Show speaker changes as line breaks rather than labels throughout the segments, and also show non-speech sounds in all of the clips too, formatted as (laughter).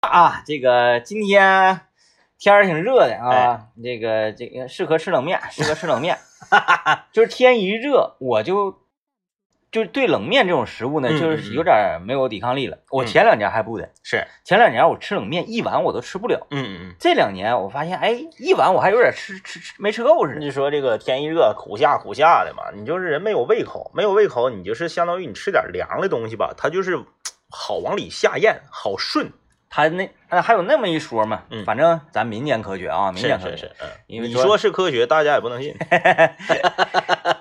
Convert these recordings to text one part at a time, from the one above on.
啊，这个今天天儿挺热的
哎
啊，这个这个适合吃冷面，适合吃冷面。 (laughs) 就是天一热，我就就是对冷面这种食物呢，
嗯
就
嗯
是
嗯
有点没有抵抗力了。我
嗯
前两年还不的，
是，
前两年我吃冷面一碗我都吃不了，
嗯
这两年我发现，哎，一碗我还有点吃吃吃没吃够似
嗯，
的。
你说这个天一热，苦夏苦夏的嘛，你就是人没有胃口，没有胃口，你就是相当于你吃点凉的东西吧，它就是好往里下咽，好顺，
他那呃还有那么一说嘛，
嗯
反正咱民间科学啊，民
是
间科学
是是，嗯，
因为
你
说
说是科学，大家也不能
(laughs)
信，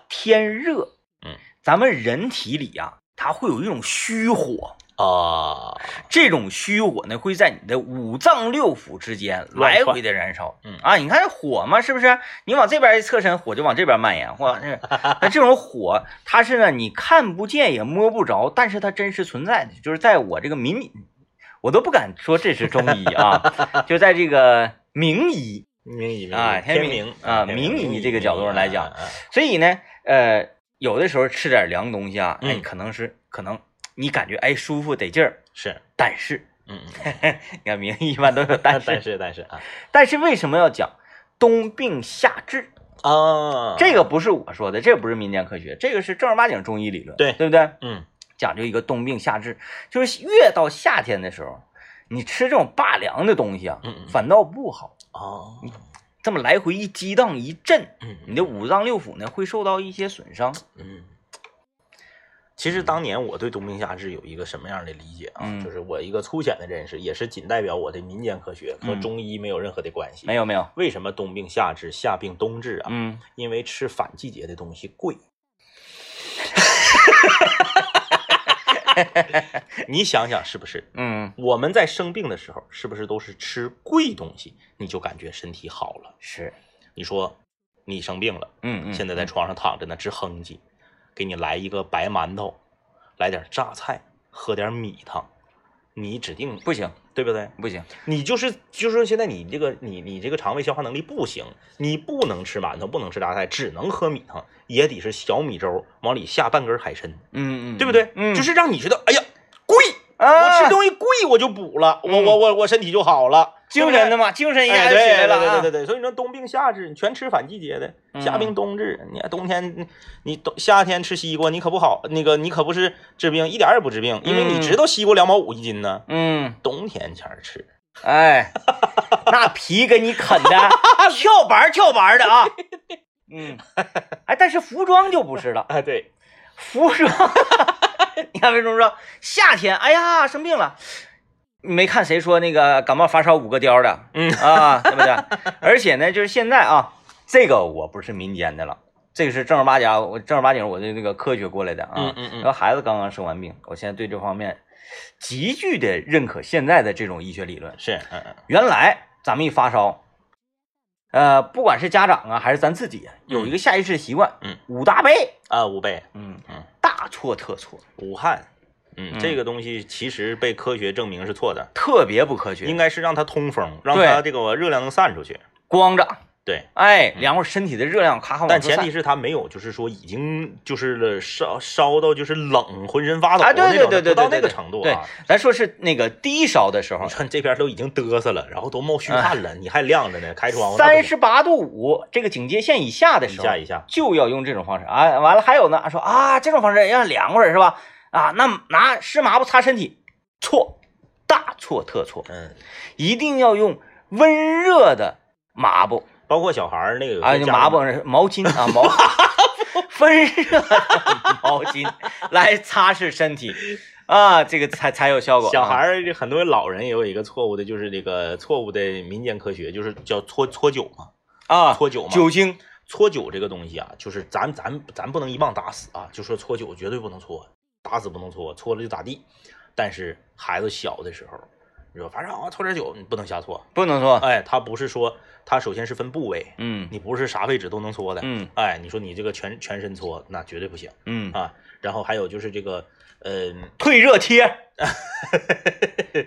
天热，
嗯，
咱们人体里啊，它会有一种虚火，
啊，
这种虚火呢会在你的五脏六腑之间
乱
来
窜
回的燃烧。
嗯
啊，你看这火嘛，是不是？你往这边一侧身，火就往这边蔓延，或
(laughs)
者是那这种火，它是呢你看不见也摸不着，但是它真实存在的，就是在我这个民，我都不敢说这是中医啊， (laughs) 就在这个名医。
明医
啊天
天
明
明
啊
天
明夷
夷
这个角度上来讲，
嗯嗯
所以呢，呃，有的时候吃点凉东西啊，哎，
嗯
可能是可能你感觉哎舒服得劲儿，
是，
但是
嗯嗯，
你看名一般都有但
但
是，
是但是啊
但是为什么要讲冬病夏治？
啊，
这个不是我说的，这不是民间科学，这个是正儿八经中医理论，
对
对不对？
嗯
讲究一个冬病夏治，就是越到夏天的时候，你吃这种霸凉的东西啊，
嗯嗯
反倒不好。
哦，
这么来回一激荡一震，
嗯
你的五脏六腑呢会受到一些损伤。
嗯，其实当年我对冬病夏治有一个什么样的理解啊？
嗯
就是我一个粗浅的认识，也是仅代表我的民间科学，和
嗯
中医没有任何的关系。
没有没有，
为什么冬病夏治，夏病冬治啊？
嗯，
因为吃反季节的东西贵。 (laughs) 你想想是不是？
嗯，
我们在生病的时候，是不是都是吃贵东西，你就感觉身体好了？
是，
你说你生病了，
嗯嗯，
现在在床上躺着呢，直哼唧，给你来一个白馒头，来点榨菜，喝点米汤，你指定
不行
对不对？
不行，
你就是就是说现在你这个你你这个肠胃消化能力不行，你不能吃馒头，不能吃榨菜，只能喝米汤，也得是小米粥往里下半根海参，
嗯嗯，
对不对？
嗯，
就是让你觉得哎呀贵，
啊，嗯
我吃东西贵我就补了，我我我我身体就好了，
精神的嘛，精神一下 (laughs)
哎，
就
对
起来了
对
啊
对对，对，所以你说冬病夏治，你全吃反季节的，
嗯
夏病冬治。你看冬天你你冬夏天吃西瓜，你可不好，那个你可不是治病，一点儿也不治病，因为
嗯
你知道西瓜两毛五一斤呢，
嗯，
冬天前儿吃。
哎，那皮给你啃的
(laughs)
跳板儿跳板儿的啊，嗯，哎，但是服装就不是了，
啊，对，
服装， (laughs) 你看为什么说夏天，哎呀生病了。你没看谁说那个感冒发烧五个貂儿的，
嗯
啊，对不对？而且呢，就是现在啊，这个我不是民间的了，这个是正儿八经，我正儿八经我的那个科学过来的啊。
嗯嗯
然
嗯
后孩子刚刚生完病，我现在对这方面急剧的认可现在的这种医学理论。
是，嗯嗯，
原来咱们一发烧，呃，不管是家长啊还是咱自己啊，有一个下意识的习惯，
嗯，
捂大被，
啊，五倍，
嗯
嗯，
大错特错，
武汉，嗯
嗯，
这个东西其实被科学证明是错的，
特别不科学
应，该是让它通风，让
对
它这个热量能散出去。
光着，
对，
哎，然后身体的热量咔咔往
嗯但
出
前
散
提是它没有，就是说已经就是烧烧到就是冷，浑身发抖
啊，
那
对对
种，
对对，
不到
对
那个
对
程度
对
啊。，
咱说是那个低烧的时候
你，看 (laughs) 这边都已经嘚瑟了，然后都冒虚汗了，你还晾着呢，开窗户
哎三十八度五这个警戒线以下的
一
时候
下，一下，
就要用这种方式啊。完了还有呢，说啊这种方式让凉快儿是吧？啊，那拿湿抹布擦身体，错，大错特错，
嗯，
一定要用温热的抹布
包括小孩儿那个
啊，
有
就
些
抹
家
布
长
毛巾啊
(laughs)
毛。温热的毛巾来擦拭身体啊，这个才才有效果。
小孩
啊
儿很多老人也有一个错误的，就是这个错误的民间科学，就是叫搓搓酒嘛，
啊，
搓酒嘛，
酒精
搓酒这个东西啊，就是咱咱咱不能一棒打死啊，就说搓酒绝对不能搓，打死不能搓，搓了就咋地。但是孩子小的时候，你说反正啊搓点酒，你不能瞎搓。
不能说，
哎，他不是说他首先是分部位，
嗯
你不是啥位置都能搓的。
嗯
哎，你说你这个全全身搓，那绝对不行
嗯，
啊。然后还有就是这个，嗯、
退热
(laughs)
贴，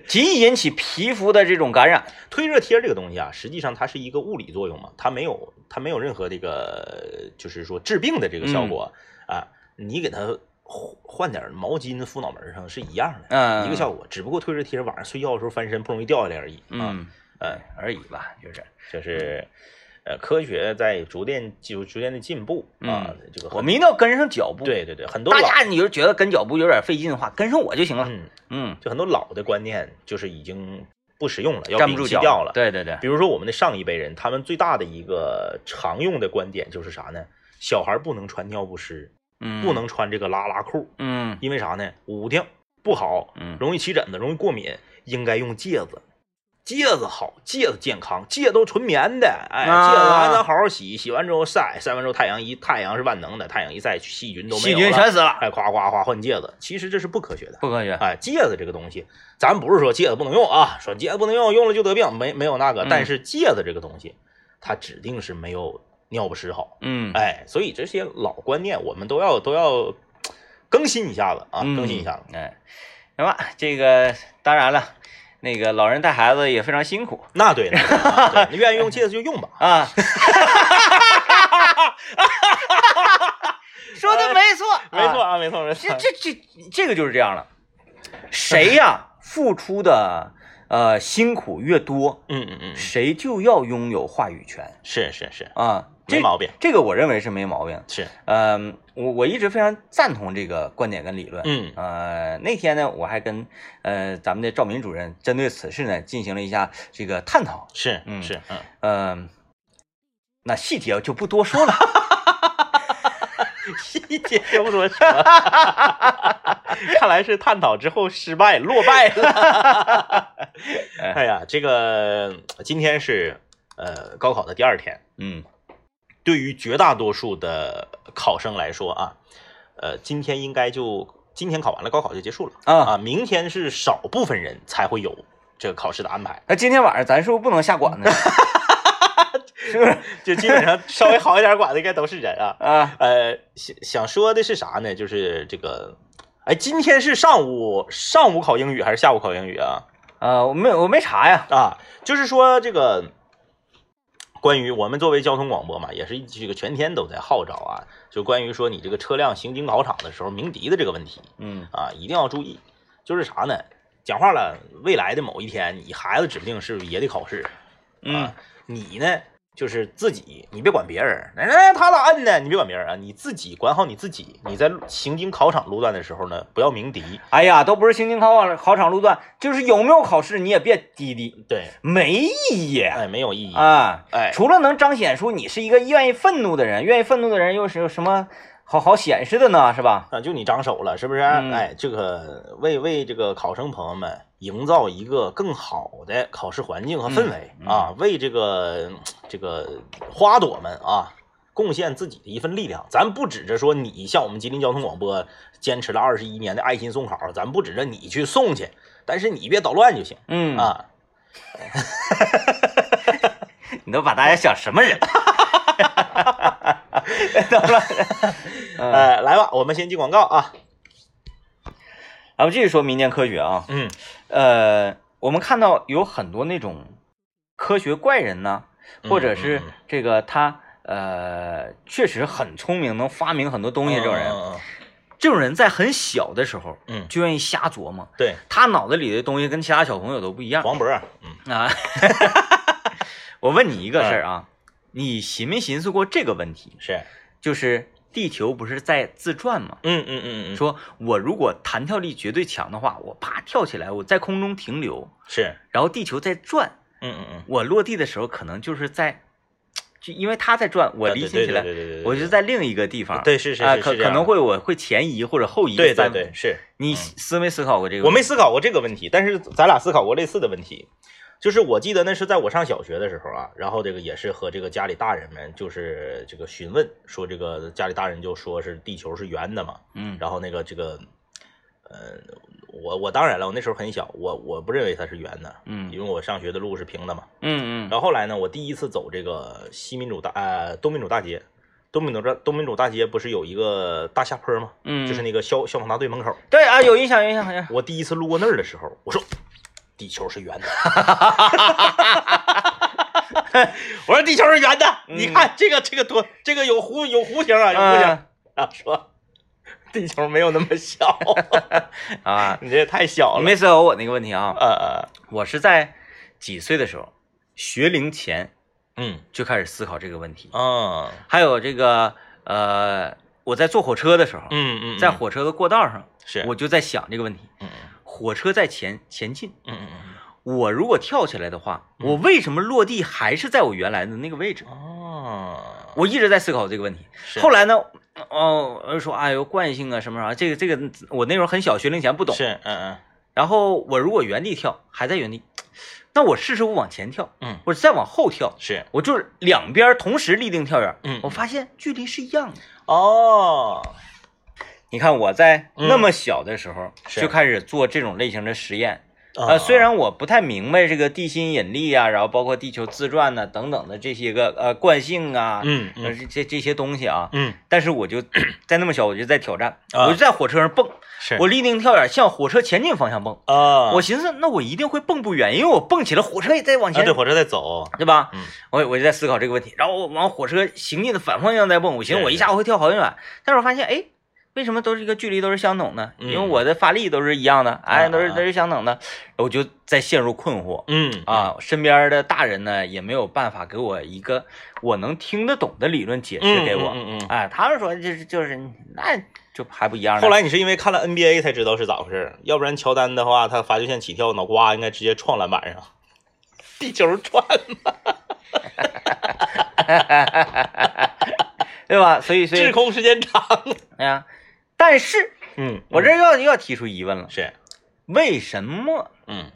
极易引起皮肤的这种感染。
退热贴这个东西啊，实际上它是一个物理作用嘛，它没有
嗯
它没有任何这个就是说治病的这个效果、啊。你给它换换点毛巾敷脑门上是一样的，
嗯，
一个效果，只不过退热贴晚上睡觉的时候翻身不容易掉下来而已。啊，
嗯
呃，
而已吧，就是
就是呃，科学在逐渐就逐渐的进步啊，这个
嗯
很
我们一定要跟上脚步。，
对对对，很多
大
老
家你就觉得跟脚步有点费劲的话，跟上我就行了。
嗯，
嗯，
就很多老的观念就是已经不实用了，要
站不
摒
住
弃
脚
掉了。
对对对，
比如说我们的上一辈人，他们最大的一个常用的观点就是啥呢？小孩不能穿尿不湿，
嗯，
不，能穿这个拉拉裤，
嗯
因为啥呢？捂挺不好，
嗯，
容易起疹子，容易过敏，应该用戒指。戒指好，戒指健康，戒指都纯棉的，哎，
啊
戒指还能好好洗，洗完之后晒，晒完之后太阳一太阳是万能的，太阳一晒细菌都没
细
有
菌
了，
全死了，
哎，夸夸夸换戒指，其实这是不科学的。
不科学。
哎，戒指这个东西，咱不是说戒指不能用啊，说戒指不能用，用了就得病，没没有那个。
嗯
但是戒指这个东西，它指定是没有尿不湿好。
嗯，
哎，所以这些老观念我们都要都要更新一下子啊，
嗯
更新一下子。
哎，行吧，这个当然了，那个老人带孩子也非常辛苦
那对了，啊对那愿意用戒指就用吧。
啊。 (laughs) 说的哎没错，
(laughs) 没错啊，没错没错
这。这这这个就是这样了，谁呀、付出的呃辛苦越多，
嗯嗯嗯，
谁就要拥有话语权
是是是，
啊，这
没毛病。
这个我认为是没毛病。
是，
嗯，我我一直非常赞同这个观点跟理论。
嗯
呃，那天呢，我还跟呃咱们的赵敏主任针对此事呢进行了一下这个探讨。
是
嗯
是，嗯，
嗯、那细节就不多说
(laughs)
了。
细节就不多说， (laughs) 看来是探讨之后失败落败了。 (laughs) 哎呀，这个今天是呃高考的第二天，
嗯
对于绝大多数的考生来说啊，呃，今天应该就今天考完了，高考就结束了
啊，
啊，明天是少部分人才会有这个考试的安排，
那今天晚上咱是不是不能下
(laughs)
馆子是不是
就基本上稍微好一点管的应该都是人啊。
啊？
呃，想想说的是啥呢？就是这个，哎，今天是上午上午考英语还是下午考英语啊？
呃，我没我没查呀。
啊，就是说这个，关于我们作为交通广播嘛，也是这个全天都在号召啊，就关于说你这个车辆行经考场的时候鸣笛的这个问题
嗯
啊，一定要注意。就是啥呢？讲话了，未来的某一天，你孩子指不定是不是也得考试
嗯
啊，你呢？就是自己，你别管别人，哎，哎他咋摁呢？你别管别人啊，你自己管好你自己。你在路行经考场路段的时候呢，不要鸣笛。
哎呀，都不是行经考场考场路段，就是有没有考试你也别滴滴，
对，
没意义
哎，没有意义。
啊。
哎，
除了能彰显出你是一个愿意愤怒的人，愿意愤怒的人又是有什么好好显示的呢？是吧？
啊，就你长手了，是不是？
嗯
哎，这个为为这个考生朋友们营造一个更好的考试环境和氛围、
嗯嗯
啊，为这个这个花朵们啊。贡献自己的一份力量，咱不指着说你像我们吉林交通广播坚持了二十一年的爱心送考，咱不指着你去送去，但是你别捣乱就行
嗯，
啊。
你都把大家想什么人？ (laughs) 懂了。嗯，
呃，来吧，我们先进广告啊。
咱们继续说民间科学啊。
嗯
呃，我们看到有很多那种科学怪人呢，或者是
嗯嗯嗯
这个他呃确实很聪明，能发明很多东西这种人，
嗯
这种人在很小的时候
嗯，嗯
就愿意瞎琢磨，
对，
他脑子里的东西跟其他小朋友都不一样。
王博，嗯
啊， (laughs) 我问你一个事儿啊，
嗯
你寻没寻思过这个问题？
是，
就是地球不是在自转吗？
嗯嗯嗯嗯，
说我如果弹跳力绝对强的话，我啪跳起来，我在空中停留，
是，
然后地球在转，
嗯嗯嗯，
我落地的时候可能就是在，就因为它在转，我
啊
离
对
心
对
起
对
来
对对对，对
我就在另一个地方。
对，是是
啊、
是，
可
是这
可
样
能
的
会我会前移或者后移
对对
三
对，是
你思没思考过这个
我
问
没
题？
思考过这个问题，但是咱俩思考过类似的问题，就是我记得那是在我上小学的时候啊，然后这个也是和这个家里大人们就是这个询问说这个家里大人就说是地球是圆的嘛，
嗯
然后那个这个，呃，我我当然了，我那时候很小，我我不认为它是圆的，
嗯
因为我上学的路是平的嘛，
嗯嗯
然后后来呢，我第一次走这个西民主大呃东民主大街，东民主大东民主大街不是有一个大下坡吗？
嗯，
就是那个消消防大队门口，
对啊，有印象有印象有印象。
我第一次路过那儿的时候，我说地球是圆的， (laughs) 我说地球是
嗯
啊圆的，你看这个这个多这个有弧有弧形啊，有弧形
嗯
啊，说地球没有那么小， (laughs)
啊。
你这也太小
你
了。
没思考我那个问题啊？
呃，
我是在几岁的时候，学龄前
嗯
就开始思考这个问题。
啊，
还有这个呃，我在坐火车的时候，
嗯嗯，
在火车的过道上，
是
我就在想这个问题：
嗯
火车在前前进，
嗯嗯
我如果跳起来的话，
嗯
我为什么落地还是在我原来的那个位置
嗯，？哦，
我一直在思考这个问题。
是
后来呢，哦，我就说哎呦惯性啊什么啥，这个这个我那时候很小，学龄前不懂。
是嗯嗯
然后我如果原地跳还在原地，那我试试我往前跳，
嗯
或者再往后跳，
是
我就是两边同时立定跳远。
嗯
我发现距离是一样的。
哦，
你看我在
嗯
那么小的时候
是啊
就开始做这种类型的实验。呃，虽然我不太明白这个地心引力啊，然后包括地球自转呐、等等的这些个呃惯性啊，
嗯
呃
嗯
这这这些东西啊，
嗯
但是我就 (clears throat) 在那么小我就在挑战，我
啊
就在火车上蹦，
是
我立定跳远向火车前进方向蹦。
啊，
我寻思，那我一定会蹦不远，因为我蹦起来，火车也在往
啊
前，
对火车在走，
对吧？
嗯
我我就在思考这个问题，然后我往火车行进的反方向在蹦，我寻思
是
我一下我会跳好远，但是我发现，哎，为什么都是一个距离都是相等的？
嗯
因为我的发力都是一样的，哎，都是
啊
都是相等的，我就在陷入困惑。
嗯
啊，身边的大人呢也没有办法给我一个我能听得懂的理论解释
嗯
给我，
嗯嗯嗯
哎，他们说就是就是那就还不一样呢
后来你是因为看了 NBA 才知道是咋回事儿，要不然乔丹的话，他罚球线起跳，脑瓜应该直接撞篮板上，地球转
对吧？所以所
滞
以
空时间长。
哎呀，但是
嗯，
我这要又要提出疑问了，
是，
为什么
嗯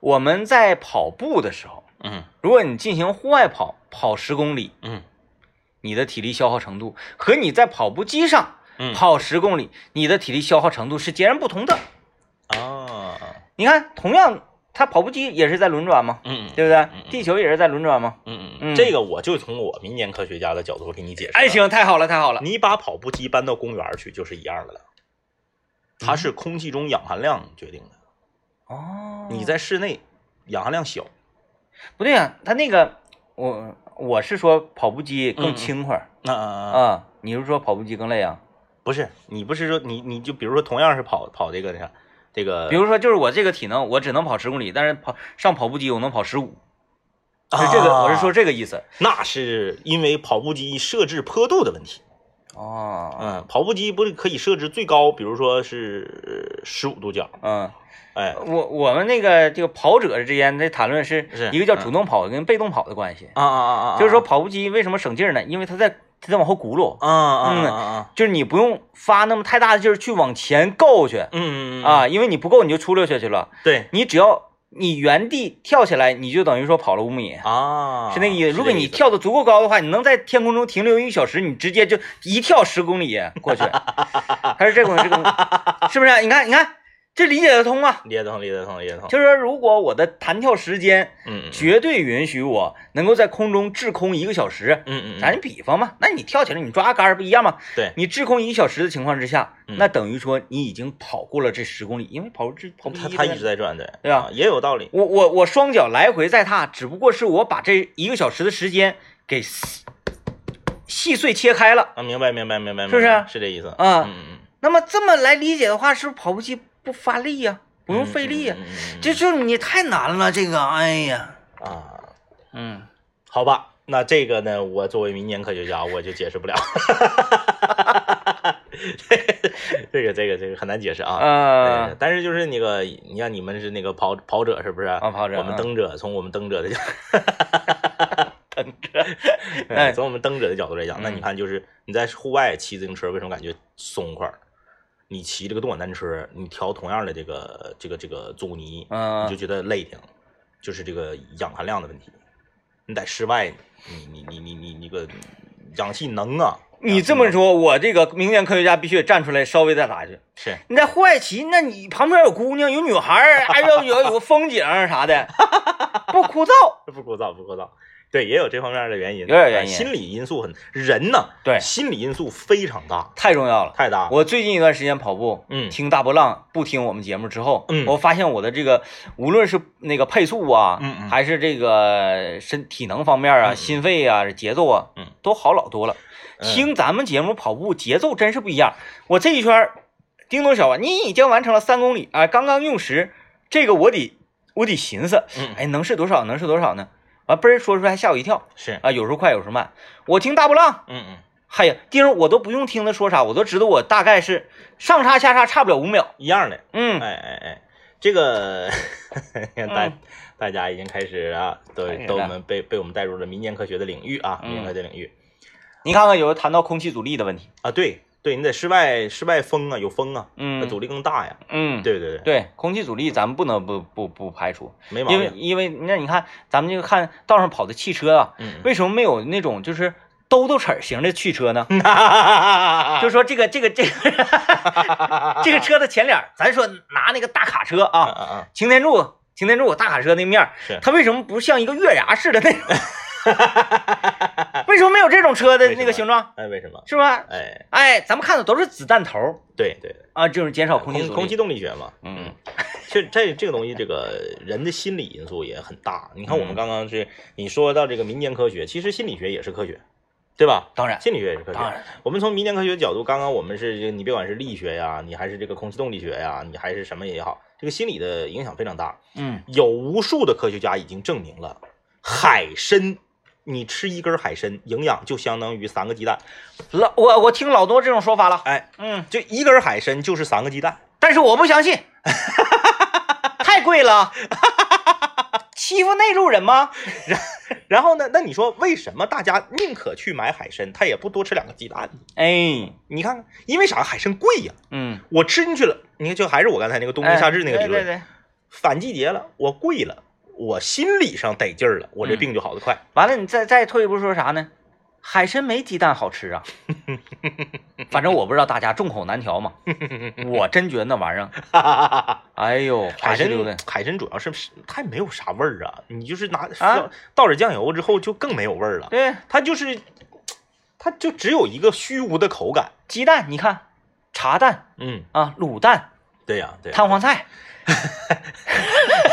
我们在跑步的时候，
嗯
如果你进行户外跑，跑十公里，
嗯
你的体力消耗程度和你在跑步机上
嗯，
跑十公里，你的体力消耗程度是截然不同的。
啊，
你看，同样，它跑步机也是在轮转嘛，
嗯
对
嗯
不对？地球也是在轮转嘛。
嗯
嗯
嗯，这个我就从我民间科学家的角度给你解释。
哎，，行，太好了，太好了。
你把跑步机搬到公园儿去就是一样的了，它是空气中氧含量决定的。
哦
你在室内氧含量小，
不对啊？它那个，我我是说跑步机更轻快儿
那、啊
啊，你是说跑步机更累啊？
不是你不是说你你就比如说同样是跑跑这个啥这个，
比如说，就是我这个体能，我只能跑十公里，但是跑上跑步机我能跑十五，是这个，
啊
我是说这个意思。
那是因为跑步机设置坡度的问题。
哦，
嗯，跑步机不是可以设置最高，比如说是十五度角，
嗯，
哎，
我我们那个这个跑者之间的谈论是
是
一个叫主动跑跟被动跑的关系，
啊啊啊啊
就是说跑步机为什么省劲儿呢？因为它在它在往后轱辘，
啊啊啊啊，
就是你不用发那么太大的劲儿去往前够去
嗯嗯嗯，
啊，因为你不够你就出溜下去了，
对
你只要你原地跳起来，你就等于说跑了五米。
啊，
是那个意思。如果
这
你
意思
跳得足够高的话，你能在天空中停留一个小时，你直接就一跳十公里过
(laughs)
去。他是这种这种，是不是啊、你看，你看，这理解得通啊。
列得通列得通列得通，
就是说，如果我的弹跳时间
嗯嗯
绝对允许我能够在空中滞空一个小时，
嗯嗯，
咱比方嘛，那你跳起来，你抓杆儿不一样吗？
对
你滞空一个小时的情况之下，
嗯
那等于说你已经跑过了这十公里，因为跑这跑步
他
机
他
的
一直在转，对
对啊
也有道理。
我我我双脚来回在踏，只不过是我把这一个小时的时间给细细碎切开了。
啊，明白明白明白，
是不是
明白是这意思
啊
嗯嗯
那么这么来理解的话，是不是跑步机不发力呀、不
嗯，
用费力呀、啊
嗯，嗯嗯嗯
这就是你太难了，这个，哎呀，
啊，
嗯，
好吧，那这个呢，我作为民间科学家，我就解释不了。 (laughs)
(laughs)
这个这个这个很难解释啊。
呃
对，但是就是那个，你看你们是那个跑跑者是不是？
啊跑者
我们
啊
登者从我们登者的角， (laughs) 登
(laughs) 哎
者，从我们登者的角度来讲，那你
嗯
看就是你在户外骑自行车，为什么感觉松快儿？你骑这个动感单车，你调同样的这个这个这个阻尼，
嗯
你就觉得累挺，就是这个氧含量的问题。你在室外，你你你你你你个氧气能啊？
你这么说，我这个民间科学家必须得站出来稍微再打一句。
是
你在户外骑，那你旁边有姑娘，有女孩儿，哎呦，有有个风景啥
(laughs)
的，不枯燥。
不枯燥不枯燥？对，也有这方面的原因，
有点原因
心理因素很人呢，
对
心理因素非常大，
太重要了。
太大。
我最近一段时间跑步，
嗯
听大波浪，不听我们节目之后，
嗯
我发现我的这个无论是那个配速啊，
嗯嗯
还是这个身体能方面啊，
嗯
心肺啊，节奏啊，
嗯，
都好老多了。
嗯
听咱们节目跑步节奏真是不一样。我这一圈儿，叮咚小王，你已经完成了三公里啊、刚刚用时，这个我得我得寻思，
嗯，
哎，能是多少？能是多少呢？完、嘣儿说出来还吓我一跳
是，
啊！有时候快，有时候慢。我听大波浪，
嗯嗯，
嗨呀，叮儿，我都不用听他说啥，我都知道我大概是上叉下叉差不了五秒。
一样的。
嗯，
哎哎哎，这个 (laughs) 大、
嗯
大家已经开始啊，都
开始
都
了嗯
我们被被我们带入了民间科学的领域啊，民间科学领域、
你看看有谈到空气阻力的问题。
啊，对对，你在室外室外风啊，有风啊，那
嗯，
阻力更大呀。
嗯，
对对对，
对，空气阻力咱们不能不不不排除，
没毛
因为
病。
因为那你看咱们这个看道上跑的汽车啊，
嗯， (laughs)
为什么没有那种就是兜兜齿儿型的汽车呢？就
(laughs) 就
说这个这个这个 (laughs) 这个车的前脸儿，咱说拿那个大卡车
啊
啊，
啊啊，
擎天柱擎天柱大卡车那面儿
是，
它为什么不像一个月牙似的 (laughs) 那种？为什么没有这种车的
为什
那个
么
形状？
哎，为什么？
是吧？
哎，
哎，咱们看的都是子弹头儿
对对，
啊，就是减少空气
空
阻
空
力
气动力学嘛，
嗯，
其实这这个东西，这个人的心理因素也很大。你看，我们刚刚是你说到这个民间科学，其实心理学也是科学，对吧？
当然
心理学也是科
当然
学。我们从民间科学角度，刚刚我们是这个，你别管是力学呀，你还是这个空气动力学呀，你还是什么也好，这个心理的影响非常大。
嗯
有无数的科学家已经证明了，海参，你吃一根海参，营养就相当于三个鸡蛋。
老我我听老多这种说法了，
哎，
嗯，
就一根海参就是三个鸡蛋。
但是我不相信， (laughs) 太贵了，欺负内陆人吗？
然后呢，那你说为什么大家宁可去买海参，他也不多吃两个鸡蛋呢？
哎，
你看看，因为啥？海参贵呀、
嗯，
我吃进去了，你看就还是我刚才那个冬
哎
病夏治那个理论，
对对对，
反季节了，我贵了，我心理上得劲儿了，我这病就好
(laughs)
得快。
完了你再再退一步说啥呢？海参没鸡蛋好吃
(laughs)
啊，反正我不知道大家众口难调
(laughs)
嘛，我真觉得那玩意儿，
哈哈哈哈
哎呦，
海
滑溜
参
溜的，
海参主要是它也没有啥味儿啊，你就是拿、
啊
倒点酱油之后就更没有味儿了，
对，
它就是它就只有一个虚无的口感。
鸡蛋你看，茶蛋
嗯，
啊，卤蛋、
对呀、对呀、
碳黄菜，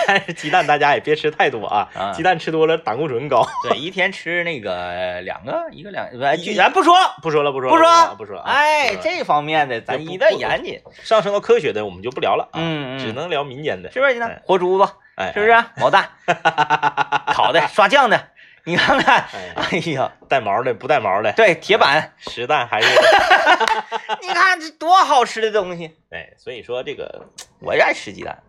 但是 (laughs) 鸡蛋大家也别吃太多啊，
啊
鸡蛋吃多了胆固醇高。
对，一天吃那个两个，一个两，哎
一
咱不说了。
不说了，不说了，
不说
了，不说了啊。
哎，
不说了
这方面的咱一旦研究，
上升到科学的我们就不聊了啊，
嗯嗯
只能聊民间的，
是不是？你看
哎
活珠子，
哎，
是不是？啊毛蛋，烤的，刷酱的，你看看，
哎？哎，
哎呀，
带毛的不带毛的，
对，铁
(laughs)
板，
实蛋还是
你看这多好吃的东西，
哎，所以说这个
我就爱吃鸡蛋，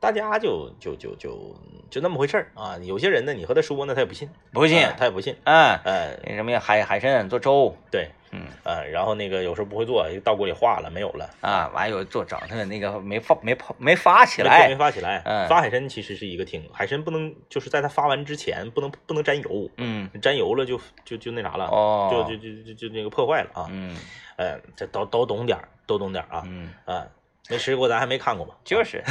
大家就就就就就那么回事儿啊。有些人呢，你和他说呢，他也不信，
不信
啊，他也不信。
嗯，
呃，
那什么呀，海海参做粥，
对，
嗯
呃，然后那个有时候不会做，哎到锅里化了没有了，
啊，完有做整它那个没发没泡没发起
没
来，
发起来。
嗯
发海参其实是一个挺，海参不能就是在它发完之前不能不能沾油，
嗯
沾油了就就就那啥了，
哦
啊就就就就就那个破坏了啊。
嗯
嗯，这都都懂点儿，都懂点儿啊。
嗯，
嗯，没吃过，咱还没看过吧？
就是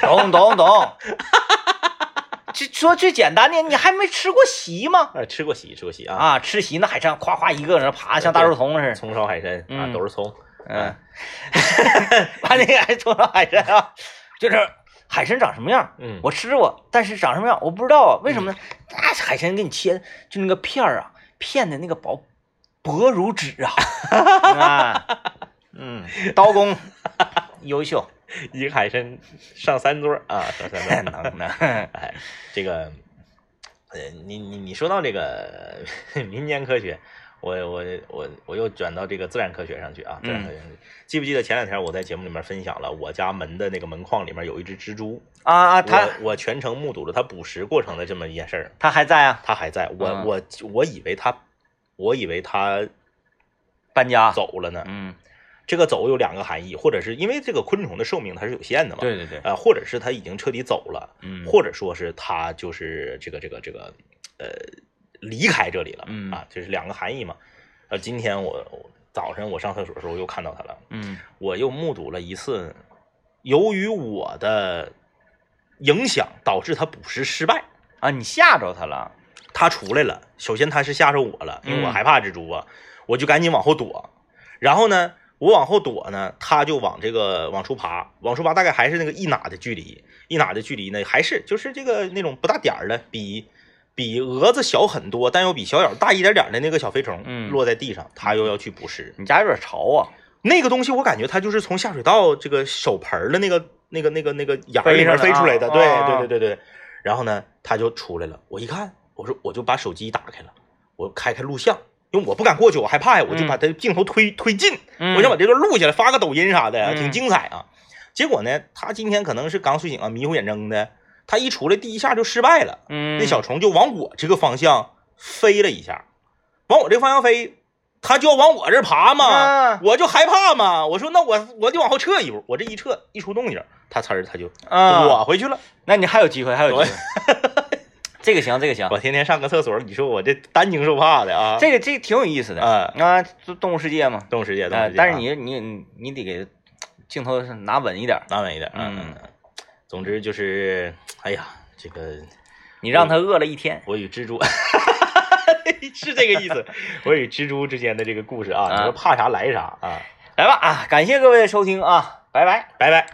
懂懂懂，这说最简单的，你还没吃过席吗？
呃，吃过席，吃过席啊，
啊，吃席那海参夸夸一个搁那爬，像大肉虫似的。
葱烧海参啊，
嗯
都是葱。
嗯， (laughs) 完那个还冲到海参啊，就是海参长什么样，
嗯，
我吃过，但是长什么样我不知道啊，为什么呢？那、海参给你切，就那个片儿啊，片的那个薄薄如纸啊，啊，嗯，刀工优秀，
一个海参上三桌儿啊，上三桌儿。
(laughs) 能能，
哎，这个，呃，你你你说到这个 (laughs) 民间科学，我我我我又转到这个自然科学上去啊，自然科学
嗯
上去。记不记得前两天我在节目里面分享了，我家门的那个门框里面有一只蜘蛛，
啊啊，他
我我全程目睹了它捕食过程的这么一件事儿。
他还在啊，
他还在，我、
嗯
我我以为他，我以为他
搬家，
走了呢。
嗯，
这个走有两个含义，或者是因为这个昆虫的寿命它是有限的嘛，，
对对对，
呃，或者是它已经彻底走了，
嗯，
或者说是它就是这个这个这个呃离开这里了，
嗯
啊，就是两个含义嘛。呃，今天我我早晨我上厕所的时候又看到它了，
嗯
我又目睹了一次，由于我的影响导致它捕食失败。
啊，你吓着他了，
他出来了，首先他是吓着我了，因为我害怕蜘蛛啊，我就赶紧往后躲。然后呢，我往后躲呢，他就往这个往出爬，往出爬大概还是那个一哪的距离，一哪的距离呢，还是就是这个那种不大点儿的，比比蛾子小很多，但又比小鸟大一点点的那个小飞虫，
嗯
落在地上，它又要去捕食。
你家有点潮啊，
那个东西我感觉它就是从下水道这个手盆儿的那个那个那个那个眼儿里面
飞
飞
上
出
来
来
的
的，
啊
对
啊
对对对对。然后呢，它就出来了，我一看，我说我就把手机打开了，我开开录像，因为我不敢过去，我害怕呀，我就把它镜头推、推进，
嗯
我想把这段录下来，发个抖音啥的，
嗯
挺精彩啊。结果呢，他今天可能是刚睡醒啊，迷糊眼睁的，他一出来第一下就失败了，
嗯，
那小虫就往我这个方向飞了一下，往我这个方向飞，它就要往我这儿爬嘛
啊，
我就害怕嘛。我说那我我就往后撤一步，我这一撤一出动静，它呲儿它就
啊，
躲回去了。
那你还有机会，还有机会， (laughs) 这个行，这个行，
我天天上个厕所，你说我这担惊受怕的啊。
这个这个挺有意思的
啊，
啊，动动物世界嘛，
动物世界，动物
呃
世界啊，
但是你你你你得给镜头拿稳一点儿，
安稳一点，嗯
嗯。
总之就是，哎呀，这个
你让它饿了一天，
我与蜘蛛 (laughs) 是这个意思，我与蜘蛛之间的这个故事啊，你
啊
说怕啥来啥啊，
来吧啊，感谢各位的收听啊，拜拜。
拜拜。